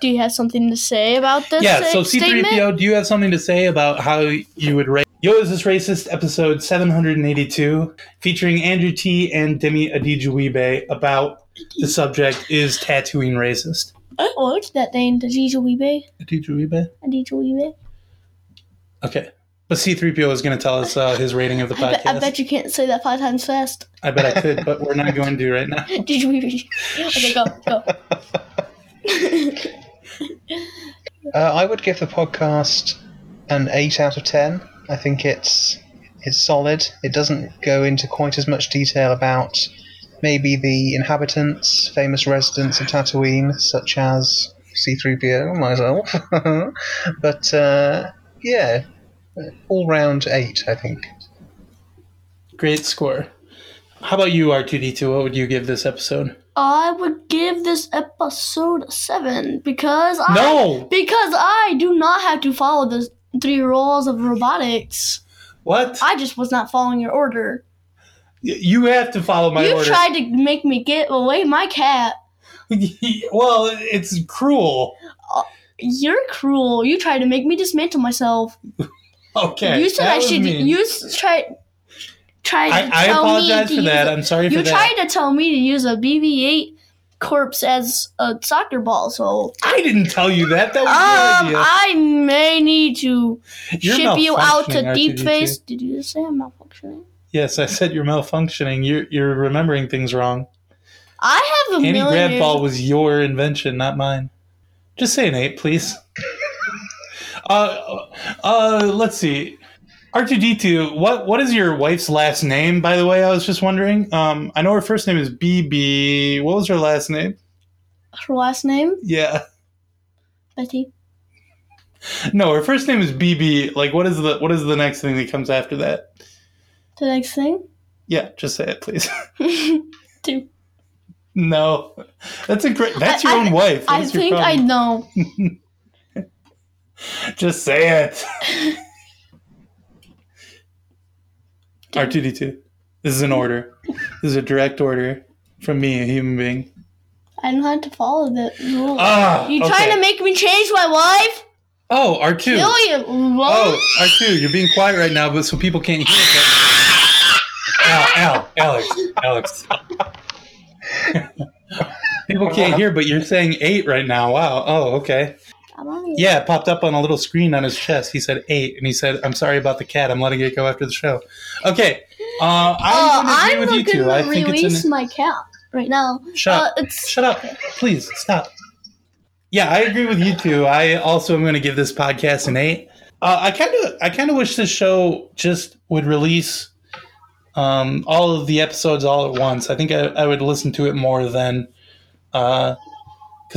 [SPEAKER 2] Do you have something to say about this?
[SPEAKER 1] yeah. So
[SPEAKER 2] uh, statement?
[SPEAKER 1] C-3PO, do you have something to say about how you would rate? Yo, is this racist? Episode 782, featuring Andrew T and Demi Adijuibe about the subject is tattooing racist.
[SPEAKER 2] I liked that thing, the Jijuibe.
[SPEAKER 1] Adijuibe?
[SPEAKER 2] Adijuibe.
[SPEAKER 1] Okay. But C3PO is going to tell us uh, his rating of the
[SPEAKER 2] I, bet-
[SPEAKER 1] podcast.
[SPEAKER 2] I bet you can't say that five times fast.
[SPEAKER 1] I bet I could, but we're not going to right now.
[SPEAKER 2] Jijuibe. Okay, go, go.
[SPEAKER 3] Uh, I would give the podcast an eight out of ten. I think it's it's solid. It doesn't go into quite as much detail about maybe the inhabitants, famous residents of Tatooine, such as C-3PO, myself. but uh, yeah, all round eight, I think.
[SPEAKER 1] Great score. How about you, R2D2? What would you give this episode?
[SPEAKER 2] I would give this episode a seven because I
[SPEAKER 1] No!
[SPEAKER 2] because I do not have to follow the three rules of robotics.
[SPEAKER 1] What?
[SPEAKER 2] I just was not following your order.
[SPEAKER 1] Y- you have to follow my
[SPEAKER 2] you
[SPEAKER 1] order.
[SPEAKER 2] tried to make me get away my cat.
[SPEAKER 1] well, it's cruel.
[SPEAKER 2] You're cruel. You tried to make me dismantle myself.
[SPEAKER 1] Okay.
[SPEAKER 2] you said
[SPEAKER 1] that
[SPEAKER 2] I
[SPEAKER 1] was
[SPEAKER 2] should.
[SPEAKER 1] mean.
[SPEAKER 2] You s- tried tried
[SPEAKER 1] I,
[SPEAKER 2] to
[SPEAKER 1] I
[SPEAKER 2] tell
[SPEAKER 1] apologize for
[SPEAKER 2] me to
[SPEAKER 1] that.
[SPEAKER 2] use
[SPEAKER 1] I'm sorry
[SPEAKER 2] you
[SPEAKER 1] for that.
[SPEAKER 2] tried to tell me to use a BB-8 corpse as a soccer ball, so
[SPEAKER 1] I didn't tell you that. That
[SPEAKER 2] um,
[SPEAKER 1] was your idea.
[SPEAKER 2] I may need to
[SPEAKER 1] You're
[SPEAKER 2] ship you out to
[SPEAKER 1] malfunctioning,
[SPEAKER 2] deep
[SPEAKER 1] R2D2.
[SPEAKER 2] face. Did you just say I'm malfunctioning?
[SPEAKER 1] Yes, I said you're malfunctioning. You're you're remembering things wrong.
[SPEAKER 2] I have a
[SPEAKER 1] Andy
[SPEAKER 2] million.
[SPEAKER 1] grab
[SPEAKER 2] years-
[SPEAKER 1] ball was your invention, not mine. Just say an eight, please. uh, uh, let's see. R two D two. What what is your wife's last name? By the way, I was just wondering. Um, I know her first name is BB. What was her last name?
[SPEAKER 2] Her last name
[SPEAKER 1] Yeah.
[SPEAKER 2] Betty.
[SPEAKER 1] No, her first name is BB. Like, what is the what is the next thing that comes after that?
[SPEAKER 2] The next thing.
[SPEAKER 1] Yeah, just say it, please.
[SPEAKER 2] Two.
[SPEAKER 1] no, that's a great. That's your
[SPEAKER 2] I-
[SPEAKER 1] own wife.
[SPEAKER 2] I
[SPEAKER 1] What's your
[SPEAKER 2] think I
[SPEAKER 1] problem?
[SPEAKER 2] know.
[SPEAKER 1] Just say it. R two D two. This is an order. This is a direct order from me, a human being.
[SPEAKER 2] I don't have to follow the rule.
[SPEAKER 1] Ah,
[SPEAKER 2] you trying
[SPEAKER 1] okay.
[SPEAKER 2] to make me change my life?
[SPEAKER 1] Oh, R two.
[SPEAKER 2] No, you won't.
[SPEAKER 1] Oh, R two. You're being quiet right now, but so people can't hear. It, but... Al, Al, Alex, Alex. people can't hear, but you're saying eight right now. Wow. Oh, okay.
[SPEAKER 2] I'm on it.
[SPEAKER 1] Yeah, it popped up on a little screen on his chest. He said eight, and he said, "I'm sorry about the cat. I'm letting it go after the show." Okay, uh,
[SPEAKER 2] Uh,
[SPEAKER 1] I'm
[SPEAKER 2] I'm
[SPEAKER 1] going to agree with
[SPEAKER 2] not
[SPEAKER 1] you two. I
[SPEAKER 2] gonna
[SPEAKER 1] think it's
[SPEAKER 2] release
[SPEAKER 1] an,
[SPEAKER 2] my cat right now.
[SPEAKER 1] Shut
[SPEAKER 2] Uh,
[SPEAKER 1] up.
[SPEAKER 2] it's
[SPEAKER 1] shut up, please stop. Yeah, I agree with you two. I also am going to give this podcast an eight. Uh, I kind of, I kind of wish this show just would release um, all of the episodes all at once. I think I, I would listen to it more than because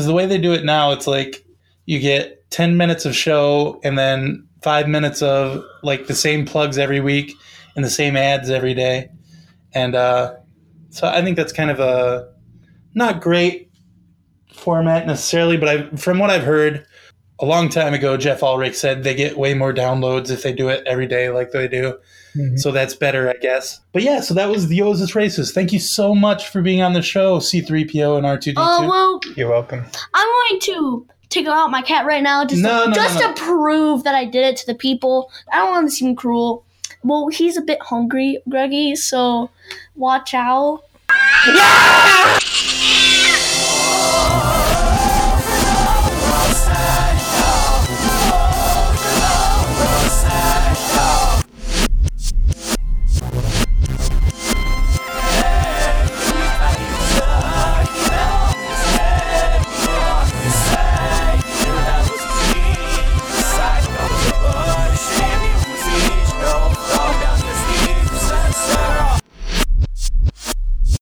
[SPEAKER 1] the way they do it now, it's like you get 10 minutes of show and then five minutes of like the same plugs every week and the same ads every day. And uh, so I think that's kind of a not great format necessarily, but I, from what I've heard a long time ago, Jeff Ulrich said they get way more downloads if they do it every day like they do. So that's better, I guess. But yeah, so that was the Osis Races. Thank you so much for being on the show, C3PO and R2D2.
[SPEAKER 2] Oh well,
[SPEAKER 3] You're welcome.
[SPEAKER 2] I'm going to take out my cat right now just
[SPEAKER 1] No,
[SPEAKER 2] to,
[SPEAKER 1] no,
[SPEAKER 2] just
[SPEAKER 1] no, no.
[SPEAKER 2] to prove that I did it to the people. I don't want to seem cruel. Well, he's a bit hungry, Greggy, so watch out.